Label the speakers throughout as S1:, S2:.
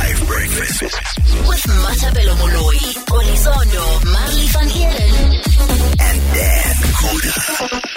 S1: With
S2: With Matabelo Moloi, Olizondo, Marley Van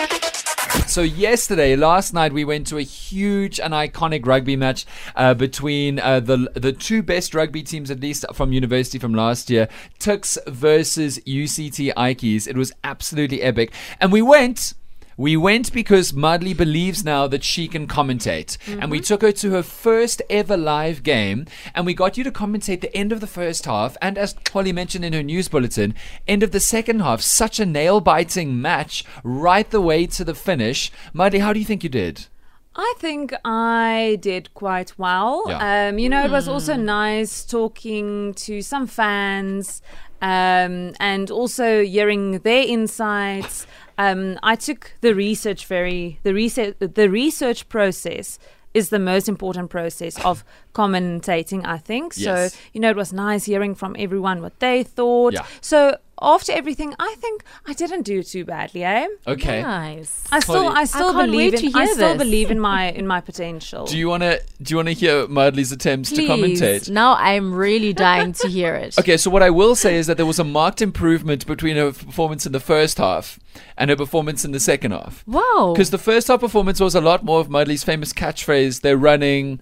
S2: Heerden,
S3: So yesterday, last night, we went to a huge and iconic rugby match uh, between uh, the the two best rugby teams, at least from university from last year, Tux versus UCT Ikes. It was absolutely epic, and we went. We went because Mudley believes now that she can commentate. And we took her to her first ever live game. And we got you to commentate the end of the first half. And as Polly mentioned in her news bulletin, end of the second half. Such a nail biting match right the way to the finish. Mudley, how do you think you did?
S4: I think I did quite well.
S3: Yeah.
S4: Um, you know, it was also nice talking to some fans um, and also hearing their insights. Um, I took the research very the research the research process is the most important process of commentating. I think
S3: Yes.
S4: so. You know, it was nice hearing from everyone what they thought.
S3: Yeah.
S4: So after everything, I think I didn't do too badly. Eh?
S3: Okay.
S5: Nice.
S4: I still,
S3: Totally.
S4: I still
S5: can't
S4: believe
S5: wait
S4: in,
S5: to
S4: I
S5: hear
S4: still
S5: this.
S4: believe in my in my potential.
S3: Do you wanna do you wanna hear Mudley's attempts to commentate?
S5: Now I'm really dying to hear it.
S3: Okay, so what I will say is that there was a marked improvement between her performance in the first half and her performance in the second half.
S5: Wow.
S3: Because the first half performance was a lot more of Mudley's famous catchphrase, they're running,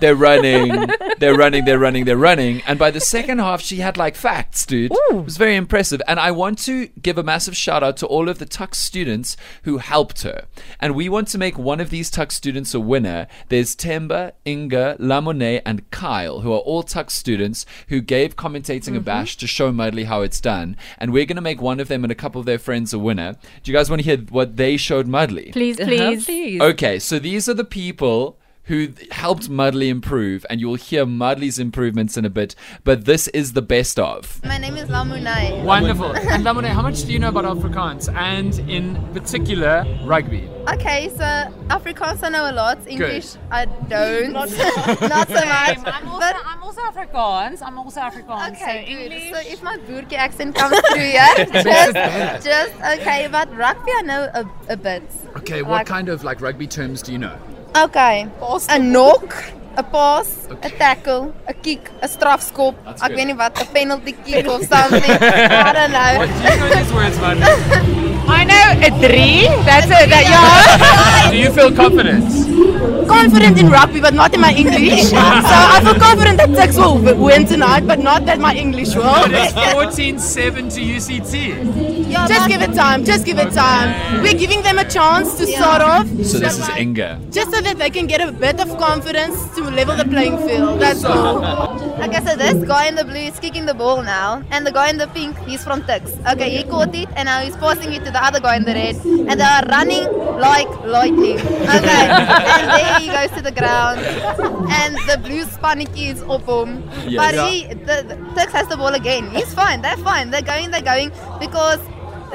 S3: they're running, they're running, they're running, they're running. And by the second half, she had like facts, dude. It was very impressive. And I want to give a massive shout out to all of the Tuck students who helped her. And we want to make one of these Tuck students a winner. There's Temba, Inga, Lamonet, and Kyle, who are all Tuck students who gave commentating a bash to show Mudley how it's done. And we're going to make one of them and a couple of their friends a winner. Do you guys want to hear what they showed Mudley?
S5: please, please.
S3: Okay, so these are the people who th- helped Mudley improve, and you'll hear Mudley's improvements in a bit, but this is the best of.
S6: My name is Lamunai.
S7: Wonderful. And Lamone, how much do you know about Afrikaans and in particular rugby?
S6: Okay, so Afrikaans I know a lot. English I don't. Not, so much. but
S4: I'm also Afrikaans. I'm also Afrikaans.
S6: okay, good. So if my Burki accent comes through, yeah, just, just okay. But rugby I know a, a bit.
S3: Okay,
S6: what Like-
S3: kind of like rugby terms do you know?
S6: Okay, a knock, a pass, a tackle, a kick, a strafskop.
S3: That's
S6: Ek
S3: good.
S6: weet nie wat, a penalty kick or something. I don't know.
S7: Do you know these words, Mudley?
S6: I know a three. That's it. That,
S7: Do you feel confident?
S8: confident in rugby, but not in my English. so I feel confident that Tex will w- win tonight, but not that my English will.
S7: But it's 14 7 to UCT.
S8: Just give it time. Just give it time. We're giving them a chance to sort off,
S3: So this is Inga.
S8: just so that they can get a bit of confidence to level the playing field. That's all.
S6: Okay, so this guy in the blue is kicking the ball now, and the guy in the pink, he's from Tix. Okay, he caught it, and now he's passing it to the other guy in the red, and they are running like lightning. Okay, and there he goes to the ground, and the blue spanicky is up him. But he, the, the Tix has the ball again. He's fine. They're fine. They're going. They're going because.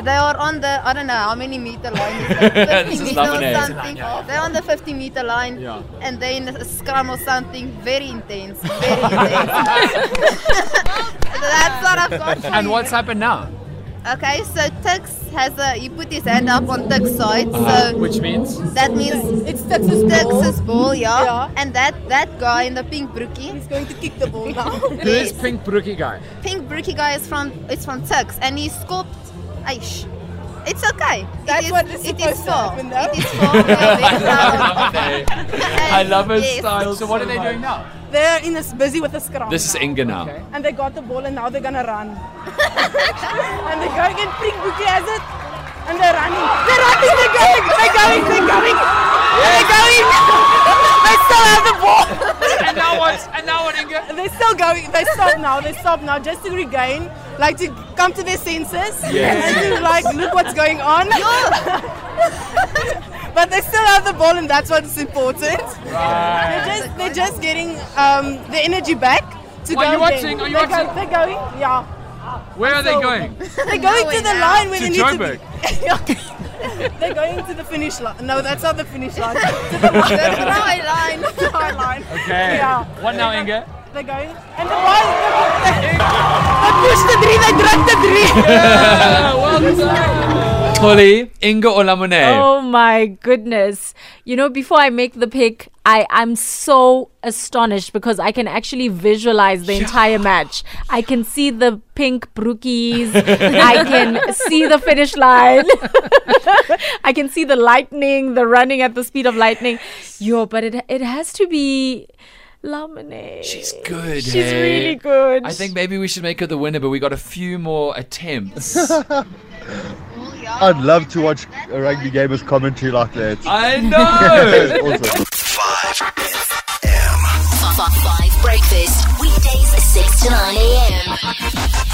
S6: They are on the I don't know how many meter line. is it? 50
S3: This is
S6: meter or
S3: Lamine.
S6: something. They're on the 50 meter line, and they're in a scrum or something. Very intense. Very intense. That's what I've got for
S7: And
S6: you.
S7: what's happened now?
S6: Okay, so Tix has a. He put his hand up on Tix's side,
S3: Uh-huh.
S6: so
S7: Which means?
S6: that means
S8: It's Tex's ball.
S6: Tix's ball, yeah.
S8: Yeah.
S6: And that that guy in the pink brookie,
S8: He's going to kick the ball now.
S7: Who is Pink Brookie guy?
S6: pink brookie guy is from it's from Tix, and he scooped. Aish. It's okay.
S8: That's
S6: it is,
S8: what is
S6: it
S8: supposed
S6: is for.
S8: to happen, though.
S6: It is for. We are very proud.
S3: I love her
S6: Yes.
S3: style.
S7: So, what are they doing now?
S8: They're in this busy with the scrum.
S3: This is
S8: now.
S3: Inga now.
S8: And they got the ball, and now they're gonna run. and they're going, and Pink Bookie has it, and they're running. They're running. They're going. They're going. They're going. They're going. they still have the ball.
S7: And now what? And now what, Inga?
S8: They're still going. They stop now. They stop now just to regain, like to come to their senses and to like look what's going on. but they still have the ball, and that's what's important. They're just they're just getting um, the energy back to go.
S7: Are you
S8: again.
S7: watching? Are you
S8: they're
S7: watching?
S8: Going, they're going. Yeah.
S7: Where are they going?
S8: They're going to the
S6: now.
S8: line where
S7: To
S8: they need
S7: Joburg.
S8: to be. they're going to the finish line. No, that's not the finish line. to
S6: The dry line.
S8: the high line.
S7: Okay.
S8: Yeah.
S7: What now, Inga?
S8: They're going. And the one. They push the three. They drop the three.
S7: well done.
S3: Holly, Inga or Lamone?
S5: Oh my goodness. You know, before I make the pick, I am so astonished because I can actually visualize the entire match. I can see the pink brookies. I can see the finish line. I can see the lightning, the running at the speed of lightning. Yo, but it it has to be Lamine.
S3: She's good.
S5: She's
S3: hey?
S5: really good.
S3: I think maybe we should make her the winner, but we got a few more attempts.
S1: I'd love to watch a rugby game with commentary like that.
S3: I know.
S1: awesome.
S2: Five Breakfast, weekdays 6 to 9 a.m.